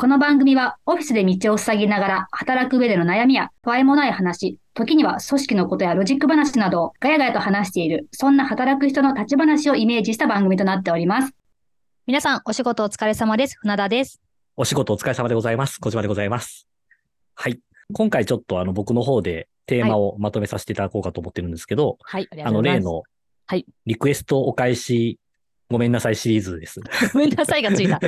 この番組はオフィスで道を塞ぎながら働く上での悩みや不安もない話、時には組織のことやロジック話などをガヤガヤと話している、そんな働く人の立ち話をイメージした番組となっております。皆さん、お仕事お疲れ様です。船田です。 お仕事お疲れ様でございます。小島でございます。はい。今回ちょっとあの僕の方でテーマをまとめさせていただこうかと思ってるんですけど、はい、ありあの例ののはいリクエストお返しごめんなさいシリーズです。ごめんなさいがつ いた。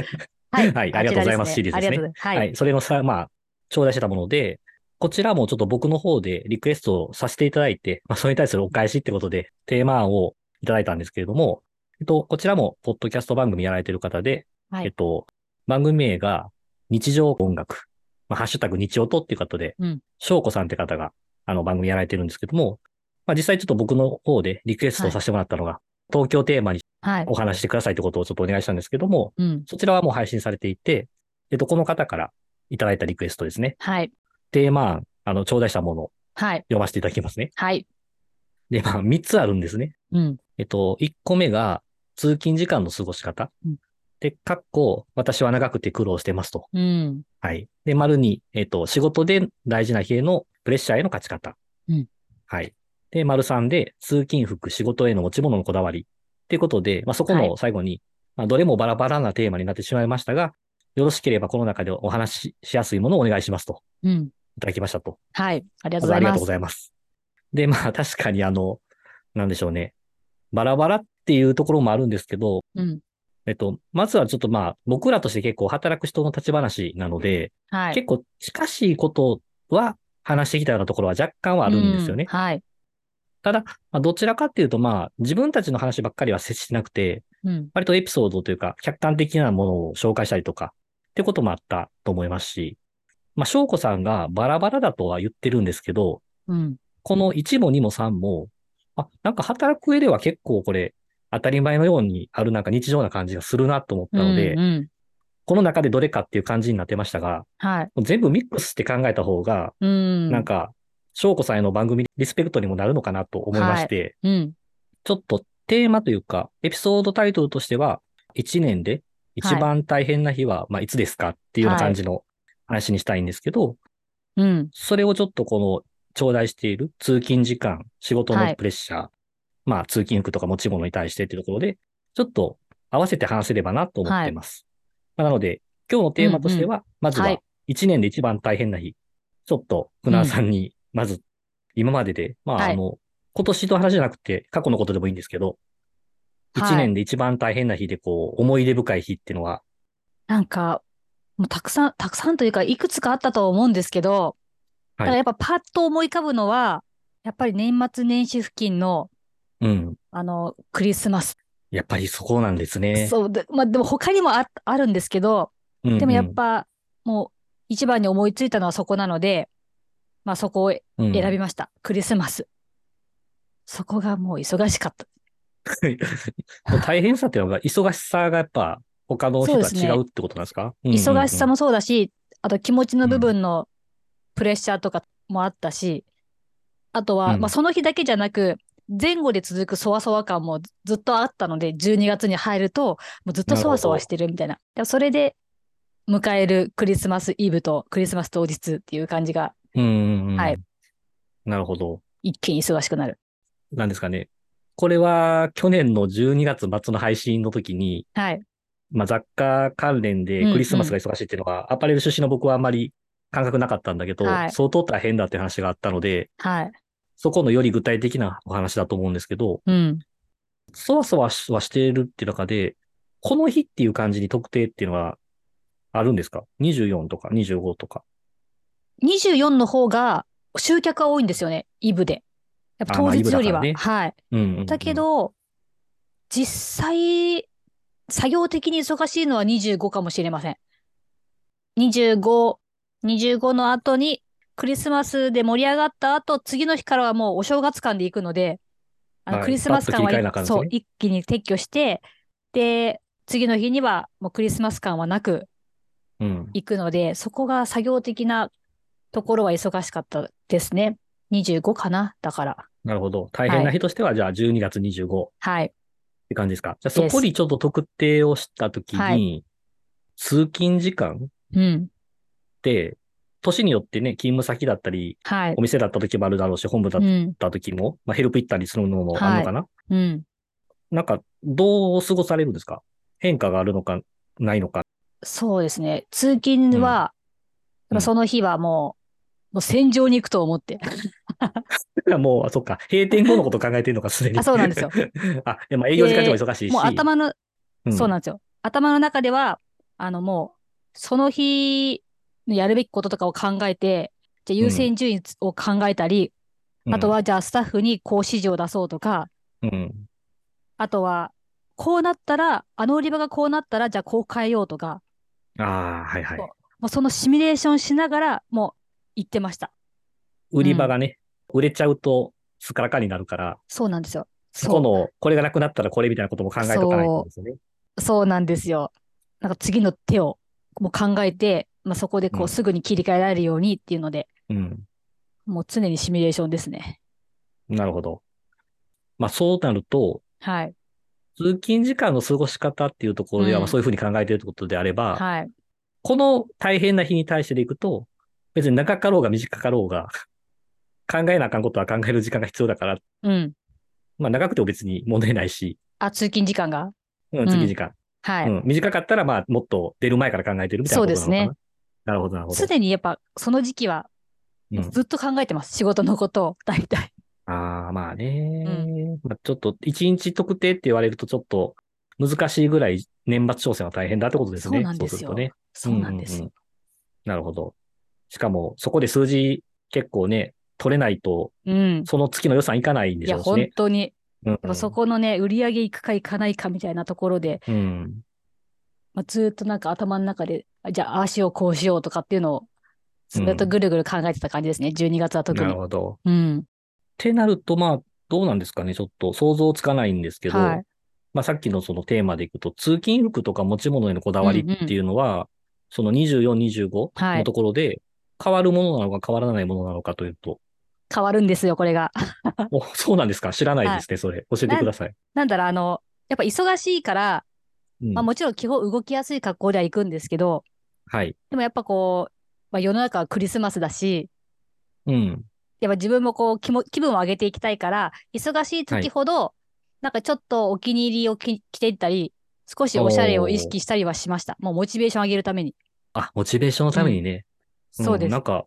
はい、はいありがとうございますこシちリーらズでありすねがとうございます。ははい。い。それのさ、まあ、頂戴してたもので、こちらもちょっと僕の方でリクエストをさせていただいて、まあ、それに対するお返しってことで、テーマ案をいただいたんですけれども、えっと、こちらも、ポッドキャスト番組やられてる方で、はいえっと、番組名が、日常音楽、まあ、ハッシュタグ日音っていう方でうん、翔、子さんって方が、あの、番組やられてるんですけども、まあ、実際ちょっと僕の方でリクエストをさせてもらったのが、東京テーマにはい。お話ししてくださいってことをちょっとお願いしたんですけども、うん。そちらはもう配信されていて、えっと、この方からいただいたリクエストですね。はい。テーマ案、あの、頂戴したものをはい。読ませていただきますね。はい。で、まあ、3つあるんですね。うん。えっと、1個目が、通勤時間の過ごし方。うんで、かっこ、私は長くて苦労してますと。うん。はい。で、丸に、えっと、仕事で大事な日へのプレッシャーへの勝ち方。うんはい。で、丸3で、通勤服、仕事への持ち物のこだわり。ということで、まあ、そこはいの最後に、まあ、どれもバラバラなテーマになってしまいましたが、よろしければこの中でお話ししやすいものをお願いしますと、うん。いただきましたと。はい。ありがとうごまずざあいりまがとすうご。ざいます。で、まあ、確かにあの、なんでしょうね。バラバラっていうところもあるんですけど、うん。えっと、まずはちょっとまあ、僕らとして結構働く人の立ち話なので、はい。結構近しいことは話してきたようなところは若干はあるんですよね。うはい。ただ、まあどちらかっていうと、まあ、自分たちの話ばっかりは接してなくて、うん。割とエピソードというか、客観的なものを紹介したりとか、ってこともあったと思いますし、まあ、翔子さんがバラバラだとは言ってるんですけど、うん。この1も2も3も、あ、なんか働く上では結構これ、当たり前のようにあるなんか日常な感じがするなと思ったので、うんうん。この中でどれかっていう感じになってましたが、はい。全部ミックスって考えた方が、うん。なんか、翔子さんへの番組リスペクトにもなるのかなと思いまして、うん。ちょっとテーマというか、エピソードタイトルとしては、1年で一番大変な日は、まあ、いつですかっていうような感じの話にしたいんですけど、うん。それをちょっとこの、頂戴している通勤時間、仕事はのいプレッシャー、まあ、通勤服とか持ち物に対してっていうところで、ちょっと合わせて話せればなと思ってます。まあなので、今日のテーマとしては、まずははい1年で一番大変な日。ちょっと、船田さんに、まず、今までで、まあ、はいあの、今年の話じゃなくて、過去のことでもいいんですけど、はい1年で一番大変な日で、こう、思い出深い日っていうのは、なんか、もうたくさん、たくさんというか、いくつかあったと思うんですけど、だはいからやっぱパッと思い浮かぶのは、やっぱり年末年始付近の、うん、あの、クリスマス。やっぱりそこなんですね。そうで、まあでも他にもあ、あるんですけど、うんうんでもやっ、ぱ、もう一番に思いついたのはそこなので、まあそこを選うんびました。クリスマス。そこがもう忙しかった。もう 大変さっていうのが、忙しさがやっぱ、他の人とはそうですね違うってことなんですか忙しさも、もそうだし、あと気持ちの部分のプレッシャーとかもあったし、あとは、うんまあその日だけじゃなく、前後で続くそわそわ感もずずっとあったので、12月に入ると、もうずっとそわそわしてるみたいな。でもそれで迎えるクリスマスイブとクリスマス当日っていう感じがうんうんうんはいなるほど。一気に忙しくなる。なんですかね。これは、去年の12月末の配信の時に、はい。まあ、雑貨関連でクリスマスが忙しいっていうのが、アパレル出身の僕はあんまり感覚なかったんだけど、はい相当大変だって話があったので、はい。そこのより具体的なお話だと思うんですけど、うん。そわそわはしているっていう中で、この日っていう感じに特定っていうのはあるんですか ?24 とか25とか。 24の方が集客が多いんですよね、イブで。やっぱあ当まあイ日ブだよからりは。ねはい。うんうんうんだけ、ど、実際、作業的に忙しいのは25かもしれません。25、25の後に、クリスマスで盛り上がった後、次の日からはもうお正月間で行くので、あのはいクリスマス感はパッと切り替えなあかんですねそう一気に撤去して、で、次の日にはもうクリスマス感はなくうん、行くので、そこが作業的なところは忙しかったですね。25かな、だから。なるほど。大変な日としては、じゃあ12月25っはい。て感じですか。じゃあでそすこにちょっと特定をしたときに、は通勤時間うん。で、年によってね、勤務先だったり、はいお。店だった時もあるだろうし、本部だうっん。た時も、まあ、ヘルプ行ったりするのもあるのかな、うん。なんか、どう過ごされるんですか変化があるのか、 ないのか。そうですね。通勤は、うんうんその日はもう、もう戦場に行くと思って。もう、あそっか、閉店後のこと考えてるのか、すでに。あ、そうなんですよ。。 あ、でも営業時間中も忙しいし。もう頭の、うんそうなんですよ。頭の中では、あのもう、その日のやるべきこととかを考えて、じゃあ優先順位を考えたり、あと、はじゃあスタッフにこう指示を出そうとか、うんうんあとは、こうなったら、あの売り場がこうなったら、じゃあこう変えようとか、ああ、はいはいそ。もうそのシミュレーションしながら、もう行ってました。売り場がね、売れちゃうと、すっからかになるから、そうなんですよ。そこその、これがなくなったらこれみたいなことも考えておかないとですよね。うそうなんですよ。なんか次の手をもう考えて、まあ、そこでこうんうすぐに切り替えられるようにっていうので、うん。もう常にシミュレーションですね。なるほど。まあそうなると、はい。通勤時間の過ごし方っていうところでは、うんまあそういうふうに考えているということであれば、はい。この大変な日に対してでいくと、別に長かろうが短かろうが、考えなあかんことは考える時間が必要だから、うん。まあ長くても別に問題ないし、あ、通勤時間がうん、次時間。はうい。ん、短かったら、まあもっと出る前から考えてるみたいなことなのかな。そうですね。なるほど、なるほどす。でにやっぱその時期はうんずっと考えてます。仕事のことを、大体。ああ、まあね。まあ、ちょっと、一日特定って言われると、ちょっと難しいぐらい年末調整は大変だってことですね。そうなんですよそうするとね。そうなんですうんうんうよん。なるほど。しかも、そこで数字結構ね、取れないと、うん。その月の予算いかないんでいしや、ょうし本ね。当に、うんやっぱそこのね、売り上げいくかいかないかみたいなところで、うん。まあ、ずーっとなんか頭の中で、あじゃあ、ああしよう、こうしようとかっていうのを、ずっとぐるぐる考えてた感じですね。12月は特なるに。ほど。っうん。てなると、まあ、どうなんですかね。ちょっと想像つかないんですけど、はい。まあ、さっきのそのテーマでいくと、通勤服とか持ち物へのこだわりっていうのは、その24、25のところで、変わるものなのか変わらないものなのかというと、変わるんですよ、これが。 おそうなんですか知らないですね、それ。教えてください。なんだろう、あの、やっぱ忙しいから、うんまあもちろん基本動きやすい格好では行くんですけど、はい。でもやっぱこう、まあ世の中はクリスマスだし、うん。やっぱ自分もこう気も気分を上げていきたいから、忙しいは時いほど、なんかちょっとお気に入りをき着ていったり、少しおしゃれを意識したりはしました。もうモチベーション上げるために。あ、モチベーションのためにね。んそうですなん。か、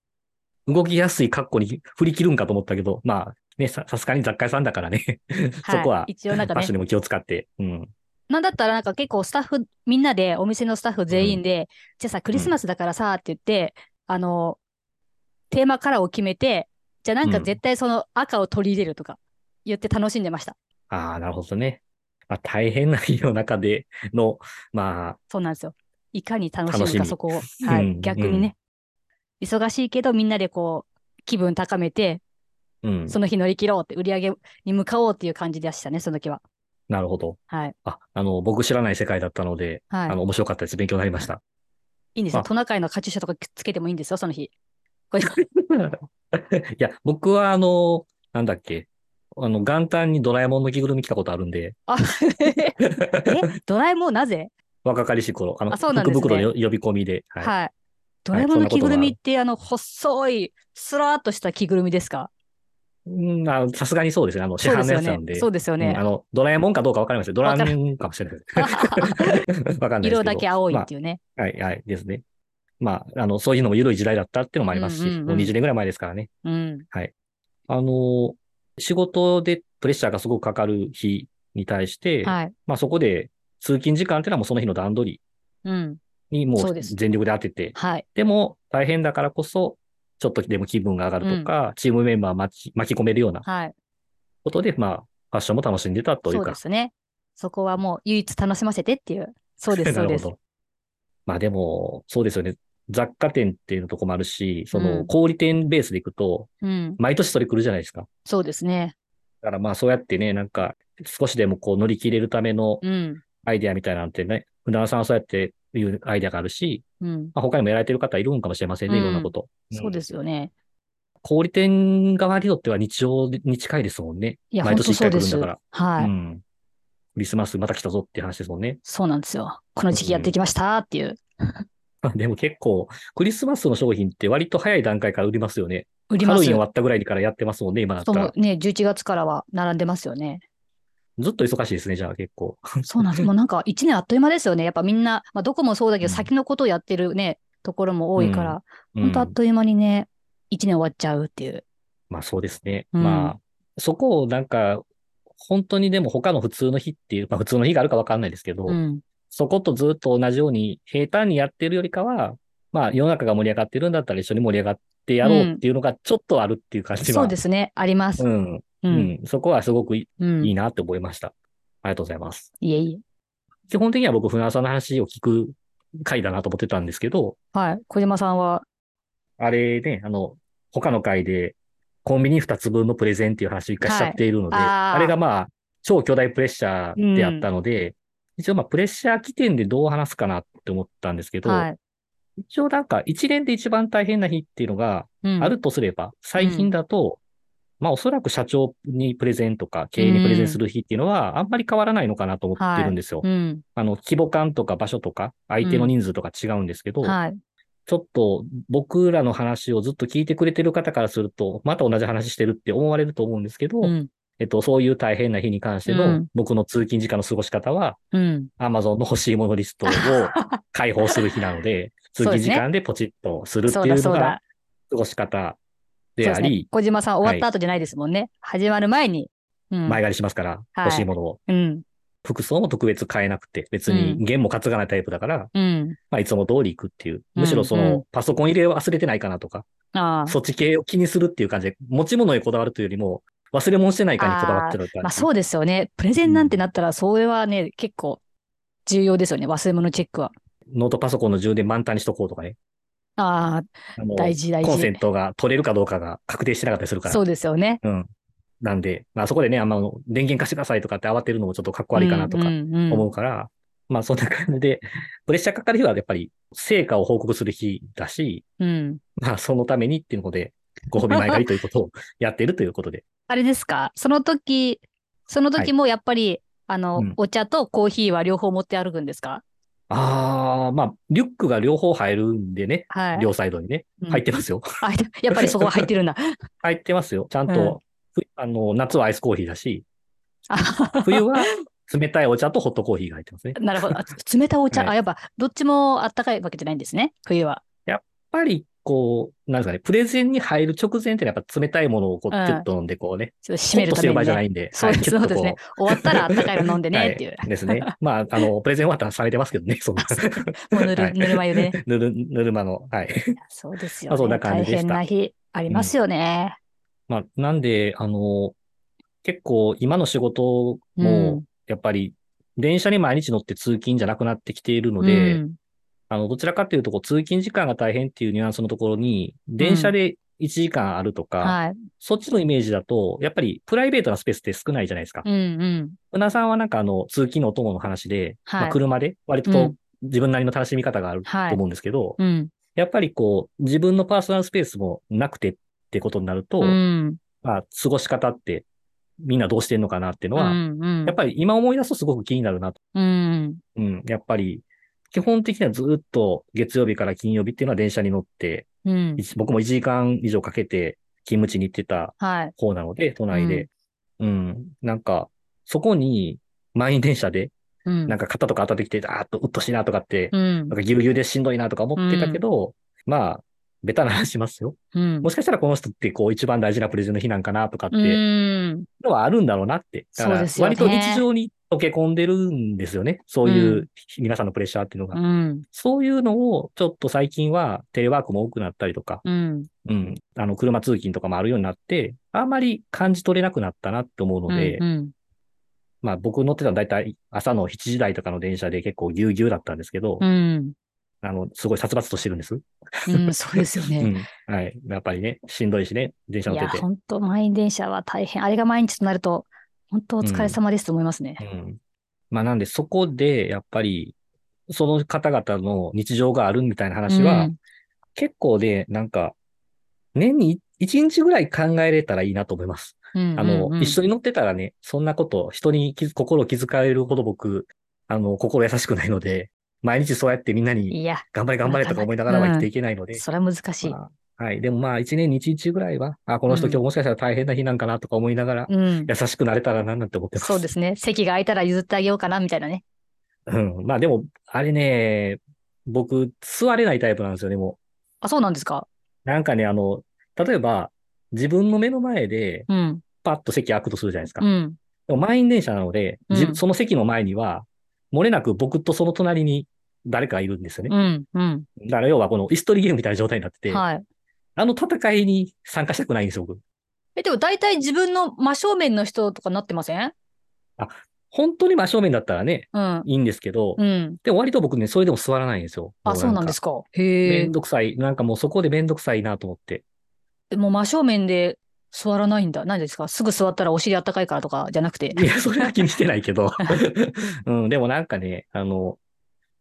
動きやすい格好に振り切るんかと思ったけど、まあ、ね、ささすがに雑貨屋さんだからね。 そこは、一応なんか場ね所に、も気を使って。うん。なんだったらなんか結構スタッフ、みんなで、お店のスタッフ全員で、じゃあさ、クリスマスだからさ、って言って、あの、テーマカラーを決めて、じゃあなんかうん絶対その赤を取り入れるとか言って楽しんでました。ああ、なるほどね。まあ、大変な日の中での、まそうなんですよ。いかに楽し楽しむか、みそこを。うんはうい。ん逆にね。忙しいけど、みんなでこう、気分高めて、あ、うん。その日乗り切ろうって、売り上げに向かおうっていう感じでしたね、その時は。なるほど。はい。あ、あの、僕知らない世界だったので、はいあ。の、面白かったです。勉強になり ました。いいんですあよ。トナカイのカチューシャとかつけてもいいんですよ、その 日。これいや、僕はあの、なんだっけ。あの、元旦にドラえもんの着ぐるみ着たことあるんで、あ、え、ドラえもんなぜ若かりしい頃、あの、あそうなん福ですね袋の呼び込みで、はい。はい。ドラえもんのそん着なこぐとがるみって、あの、細い、スラーっとした着ぐるみですかうん、あのさすがにそうですね。あの、市そうで販すのやよつなんね。で。そうですようんあね。の、ドラえもんかどうかわかりません。ドラえもんかもしれない。 わかんないですけど。色だけ青いまっていうね。あはい、はい、ですね。まあ、あの、そういうのも緩い時代だったっていうのもありますし、うんうんうんもう20年ぐらい前ですからね。うん。あの、仕事でプレッシャーがすごくかかる日に対して、はい。まあそこで通勤時間っていうのはもうその日の段取りうん。にもそううです全力で当てて、ではい。も大変だからこそ、ちょっとでも気分が上がるとか、チームメンバーを巻き巻き込めるようなはい。ことで、まあ、ファッションも楽しんでたといそううかで。すね。そこはもう唯一楽しませてっていう。そうです、そ なうでるほす。ど。まあでも、そうですよね。雑貨店っていうとこもあるし、そうのん小売店ベースでいくと、うん。毎年それ来るじゃないですか。そうですね。だからまあそうやってね、なんか少しでもこう乗り切れるためのうん。アイデアみたいなんてね、船田さんはそうやっていうアイデアがあるし、うん。まあ、他にもやられてる方いるんかもしれませんね、うんいろんなこと。。そうですすよね。小売店側にとっては日常に近いですもんね。いや、毎本年当そう一回来でるんすだから。。はうい。ん。クリスマスまた来たぞっていう話ですもんね。 そうなんですよ。この時期やってきましたっていう。でも結構、クリスマスの商品って割と早い段階から売りますよね。売りハまロウィンす終わったぐらいからやってますもんね、今だったらそう。ね、11月からは並んでますよね。ずっと忙しいですね、じゃあ結構。そうなんです。もうなん か1年あっという間ですよね。やっぱみんな、まあ、どこもそうだけど、うん先のことをやってるね、ところも多いから、うん本当あっという間にね、1年終わっちゃうっていう。まあそうですね。うんまあ、そこをなんか、本当にでも他の普通の日っていう、まあ普通の日があるかわかんないですけど、うん。そことずっと同じように平坦にやってるよりかは、まあ世の中が盛り上がってるんだったら一緒に盛り上がってやろうっていうのがちょっとあるっていう感じは。そうですね。ありますう。ん。う。うんん。そこはすごくいうん。いいいなって思いました。ありがとうございます。えい基本的には僕、船尾さんの話を聞く回だなと思ってたんですけど、え。はい。小島さんは、あれね、あの、他の回で、コンビニ2つ分のプレゼンっていう話を一回しちゃっているので、はいああーれがまあ、超巨大プレッシャーであったので、一応まあ、プレッシャー起点でどう話すかなって思ったんですけど、はい。一応なんか、一連で一番大変な日っていうのがうんあるとすれば、最近だと、まあ、おそらく社長にプレゼンとか、経営にプレゼンする日っていうのは、あんまり変わらないのかなと思ってるんですよ。うん。あの、規模感とか場所とか、相手の人数とか違うんですけど、はい。ちょっと僕らの話をずっと聞いてくれてる方からすると、また同じ話してるって思われると思うんですけど、うん。えっと、そういう大変な日に関してうのん僕の通勤時間の過ごし方は、うん。 Amazon の欲しいものリ ストを解放する日なので、通勤時間でポチッとするってそういうだのそうがだ。過ごし方そうでであすねり、、小島さん終わった後じゃないですもんね。始まる前に。うん。前借りしますから、はい欲しいものを。うん。服装も特別変えなくて、別うにん弦も担がないタイプだから、うん。まあ、いつも通り行くっていう。むしろそうんうの、パソコン入れ忘れてないかなとか、ああ。そっち系を気にするっていう感じで、持ち物にこだわるというよりも、忘れ物してないかにこだわってる感じ。まあそうですよね。プレゼンなんてなったら、それはね、結構重要ですよね。忘れ物チェックは。ノートパソコンの充電満タンにしとこうとかね。ああのあ、大事大コンセ事ン。トが取れるかどうかが確定してなかったりするから。そうですよね。うん。なんで、まあそこでね、あんま電源貸してくださいとかって慌てるのもちょっとかっこ悪いかなとかうんうんうん思うから、まあそんな感じで、プレッシャーかかる日はやっぱり成果を報告する日だし、うんまあそのためにっていうので、ご褒美前借りということをやってるということで。あれですかその時、その時もやっぱり、あの、うんお茶とコーヒーは両方持って歩くんですかああ、まあリュックが両方入るんでね、はい。両サイドにね、うん入ってますよ。 あ入ってやっぱりそこは入ってるんだ。入ってますよ。ちゃんと、ふあの、夏はアイスコーヒーだし、あ冬は冷たいお茶とホットコーヒーが入ってますね。やっなるほど。あつ冷たいお茶。はいあ、やっぱ、どっちもあったかいわけじゃないんですね。冬は。ぱり、こう、なんですかね、プレゼンに入る直前ってのはやっぱ冷たいものをこう、うんキュッと飲んで、こうね、ちょっと締キュめッるとたしてるめ場合に、じゃなね。いんで、そうですはいそうですね。終わった らあったかいの飲んでねっていう。はいですね。まあ、あの、プレゼン終わったら冷めてますけどね、そんな。もうぬはるいぬるま湯 でね。ぬる、ぬるまの。はい。いやそうですよ、ね。まあそんな感大じでし変たな日ありますよね。まあ、なんで、あの、結構今の仕事うもん、やっぱり、電車に毎日乗って通勤じゃなくなってきているので、うんあの、どちらかというと、こう、通勤時間が大変っていうニュアンスのところに、電車で1時間あるとか、はい。そっちのイメージだと、やっぱりプライベートなスペースって少ないじゃないですか。うんうん。うなさんはなんかあの、通勤のお供の話で、はいまあ、車で割うとん自分なりの楽しみ方があるはいと思うんですけど、うん。やっぱりこう、自分のパーソナルスペースもなくてってことになると、うん。まあ、過ごし方ってみんなどうしてんのかなっていうのは、うんうんやっぱり今思い出すとすごく気になるなと。うん。うん、やっぱり、基本的にはずっと月曜日から金曜日っていうのは電車に乗って、うん。一僕も1時間以上かけて勤務地に行ってたはい。方なので、都内で。うん、なんか、そこに満員電車で、うん。なんか肩とか当たってきて、あーっとうっとしいなとかって、うんなん。かギュうギュうでしんどいなとか思ってたけど、まあ、ベタな話しますよ。うん。もしかしたらこの人ってこう一番大事なプレゼンの日なんかなとかって、うん。のはあるんだろうなって。だからそうですよね割と日常に溶け込んでるんですよね。そういうう皆さんのプレッシャーっていうのが。うん。そういうのをちょっと最近はテレワークも多くなったりとか、うん。うん、あの車通勤とかもあるようになって、あんまり感じ取れなくなったなって思うので、うん。まあ僕乗ってたの大体朝の7時台とかの電車で結構ぎゅうぎゅうだったんですけど、うん。あの、すごい殺伐としてるんです。うん。そうですよね。うん。はい。やっぱりね、しんどいしね、電車い乗や、ってて。本当満員電車は大変。あれが毎日となると、本当お疲れ様ですと思いますね。うん。まあなんでそこで、やっぱり、その方々の日常があるみたいな話は、うん結構で、なんか、年に1日ぐらい考えれたらいいなと思います。うん。あの、うん一緒に乗ってたらね、そんなこと、人に気づ心を気遣えるほど僕、あの、心優しくないので、毎日そうやってみんなにいや、頑張れ頑張れとか思いながらは生きていけないので、それは難しい。まあはい。でもまあ、一年に一日ぐらいは、あ、この人うん今日もしかしたら大変な日なんかなとか思いながら、うん。優しくなれたらななんて思ってます。そうですね。席が空いたら譲ってあげようかな、みたいなね。うん。まあでも、あれね、僕、座れないタイプなんですよね、もあ、そうなんですかう。なんかね、あの、例えば、自分の目の前で、うん。パッと席開くとするじゃないですか。うん。でも満員電車なので、じうんその席の前には、漏れなく僕とその隣に誰かがいるんですよね。うん。うん。だから要はこの椅子取りゲームみたいな状態になってて、はい。あの戦いに参加したくないんですよ、僕。え、でも大体自分の真正面の人とかなってません本当に真正面だったらね、うん。いいんですけど、うん。でも割と僕ね、それでも座らないんですよ。あ、そうなんですか。か。めへんどくさい。なんかもうそこでめんどくさいなと思 って。え。もう真正面で座らないんだ。何ですかすぐ座ったらお尻あったかいからとかじゃなくて。いや、それは気にしてないけど。 うん、でもなんかね、あの、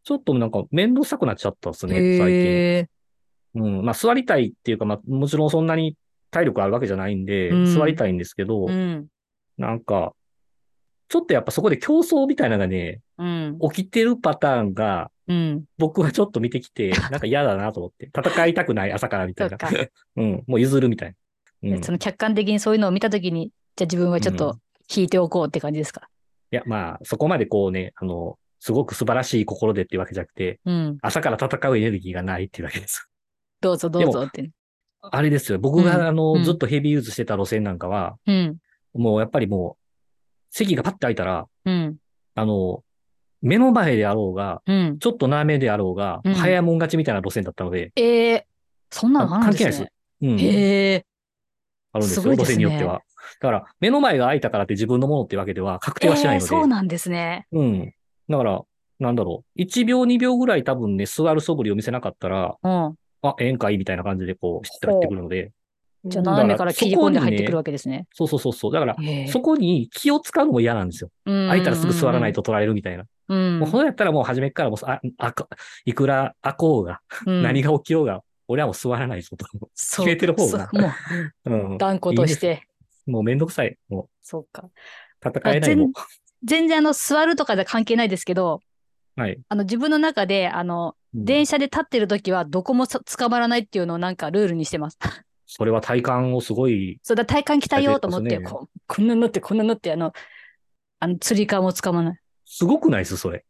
ちょっとなんか面倒くさくなっちゃったですね、最近。へえ。うん、まあ座りたいっていうか、まあもちろんそんなに体力あるわけじゃないんで、うん座りたいんですけど、うん。なんか、ちょっとやっぱそこで競争みたいなのがね、うん。起きてるパターンが、うん。僕はちょっと見てき て、なんか嫌だなと思って。戦いたくない朝からみたそいうな。か。 うん、もう譲るみたいな。うん、いその客観的にそういうのを見たときに、じゃあ自分はちょっうと引いておこうって感じですか。や、まあ、そこまでこうね、あの、すごく素晴らしい心でっていうわけじゃなくて、うん。朝から戦うエネルギーがないっていうだ けです。どうぞどうぞって。あれですよ。僕うんが、あの、うんずっとヘビーユーズしてた路線なんかは、うん。もうやっぱりもう、席がパッて開いたら、うん。あの、目の前であろうが、うん。ちょっと斜めであろうが、うん早いもん勝ちみたいな路線だったので、えー、そんなのあるん関で係すないですね。。うん。へえあるんですよすごいで路すね線によっては。だから、目の前が開いたからって自分のものってわけでは確定はしないえーので。そうなんですね。うん。だから、なんだろう。1秒2秒ぐらい多分ね、座る素振りを見せなかったら、うん。あ、宴会みたいな感じでこう、知って入ってくるので。じゃあ斜めから切り込んで入ってくるわわけですね。け。そうそうそうそう。だから、へーそこに気を使うのも嫌なんですよ。空いたらすぐ座らない。と取られるみたいな。うんもうそれやったらもう初めっからもう、あ、あかいくら開こうが、うん何が起きようが、俺はもう座らないぞと。そう決めてる方がそうもうんう断固とし。いいんでて。すもうめんどくさい。もそうか。う戦えないもん。全然あの座るとかじゃ関係ないですけど、はい。あの自分の中で、あの、うん電車で立ってる時はどこもそ捕まらないっていうのをなんかルールにしてます。 それは体感をすごい、そうだ、体幹鍛えようと思って、鍛えてますこうこんなになって、こんなになって、あの、あの、釣り革もつかまない。すごくないです、それ。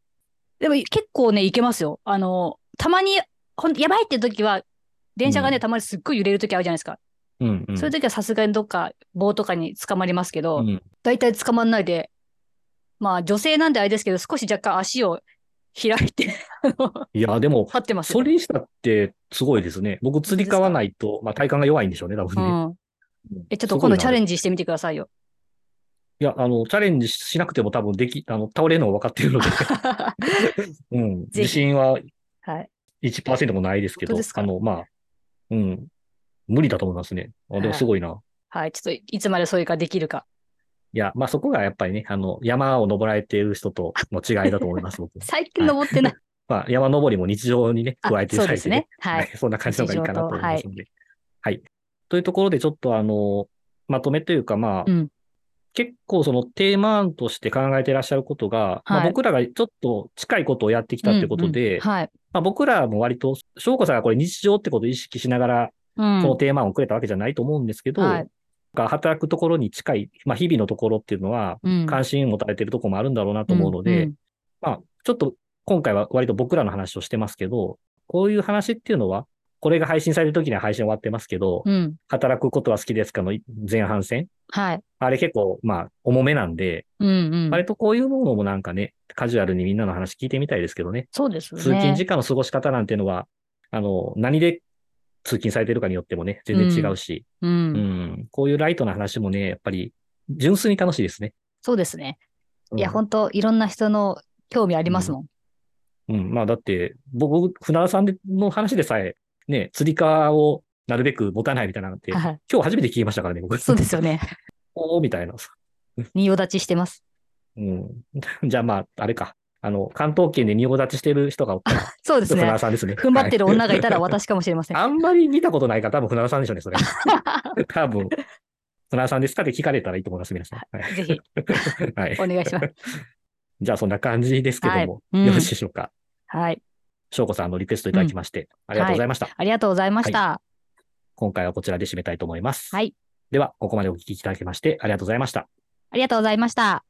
でも結構ね、いけますよ。あの、たまに、ほんやばいって時は、電車がうね、んたまにすっごい揺れる時あるじゃないですか。うん、うん。そういう時はさすがにどっか棒とかに捕まりますけうど、ん大体捕まんないで、まあ女性なんであれですけど、少し若干足を開いて、 あのいや、でも、立ってますよ。それにしたってすごいですね。僕、釣り買わないと、まあ、体感が弱いんでしょうね、多分うね。ん。え、ちょっと今度チャレジ。ンジしてみてくださいよ。 いや、あの、チャレンジしなくても多分でき、あの、倒れるのが分かってるの で、はうん。ぜひ。自信はい1%もないですけ本ど当です、かあの、まあ、うん。無理だと思いますね。あでもすごいな。はい。ちょっといつまでそういうかできるか。いや、まあそこがやっぱりね、あの、山を登られている人との違いだと思います、僕。最近登ってない。まあ、山登りも日常にね、あ加えていそうただでいすてねね。。はい。そんな感じの方がいいかなと思いますので。はい、というところで、ちょっとあの、まとめというか、まあ、うん結構そのテーマ案として考えていらっしゃることが、まはあ、い僕らがちょっと近いことをやってきたってことで、うんうんはい。まあ、僕らも割と、翔子さんがこれ日常ってことを意識しながら、うこんのテーマ案をくれたわけじゃないと思うんですけど、はいが働くところに近い、まあ、日々のところっていうのは、うん関心を持たれてるところもあるんだろうなと思うので、んまあ、ちょっと今回は割と僕らの話をしてますけど、こういう話っていうのは、これが配信される時には配信終わってますけど、うんうん働くことは好きですかの前半戦はい。あれ結構、まあ、重めなんで、うんうん。割とこういうものもなんかね、カジュアルにみんなの話聞いてみたいですけどね。そうですね。通勤時間の過ごし方なんていうのは、あの、何で通勤されてるかによってもね、全然違うし、ううん、ん。こういうライトな話もね、やっぱり、純粋に楽しいですね。そうですね。いや、うん本当いろんな人の興味ありますもん。うん、まあだって、僕、船田さんの話でさえ、ね、釣り革をなるべく持たないみたいなのって、はい。今日初めて聞きましたからね、僕。 そうですよね。 おーみたいな。仁王立ちしてます。うん。 じゃあまあ、あれか。あの、関東圏で仁王立ちしてる人がおったら、そうです船ね田。さんですね。踏ん張ってる女がいたらはい私かもしれません。あんまり見たことないから、多分船田さんでしょうね、 それ。多分、船田さんですかって聞かれたらいいと思います、皆さん。はいぜひ、はいお願いします。じゃあそんな感じですけども、はいうんよろしいでしょうか。はい。翔子さんのリクエストいただきまして、ありがとうございました。ありがとうございました。今回はこちらで締めたいと思います。はい。では、ここまでお聞きいただきまして、ありがとうございました。ありがとうございました。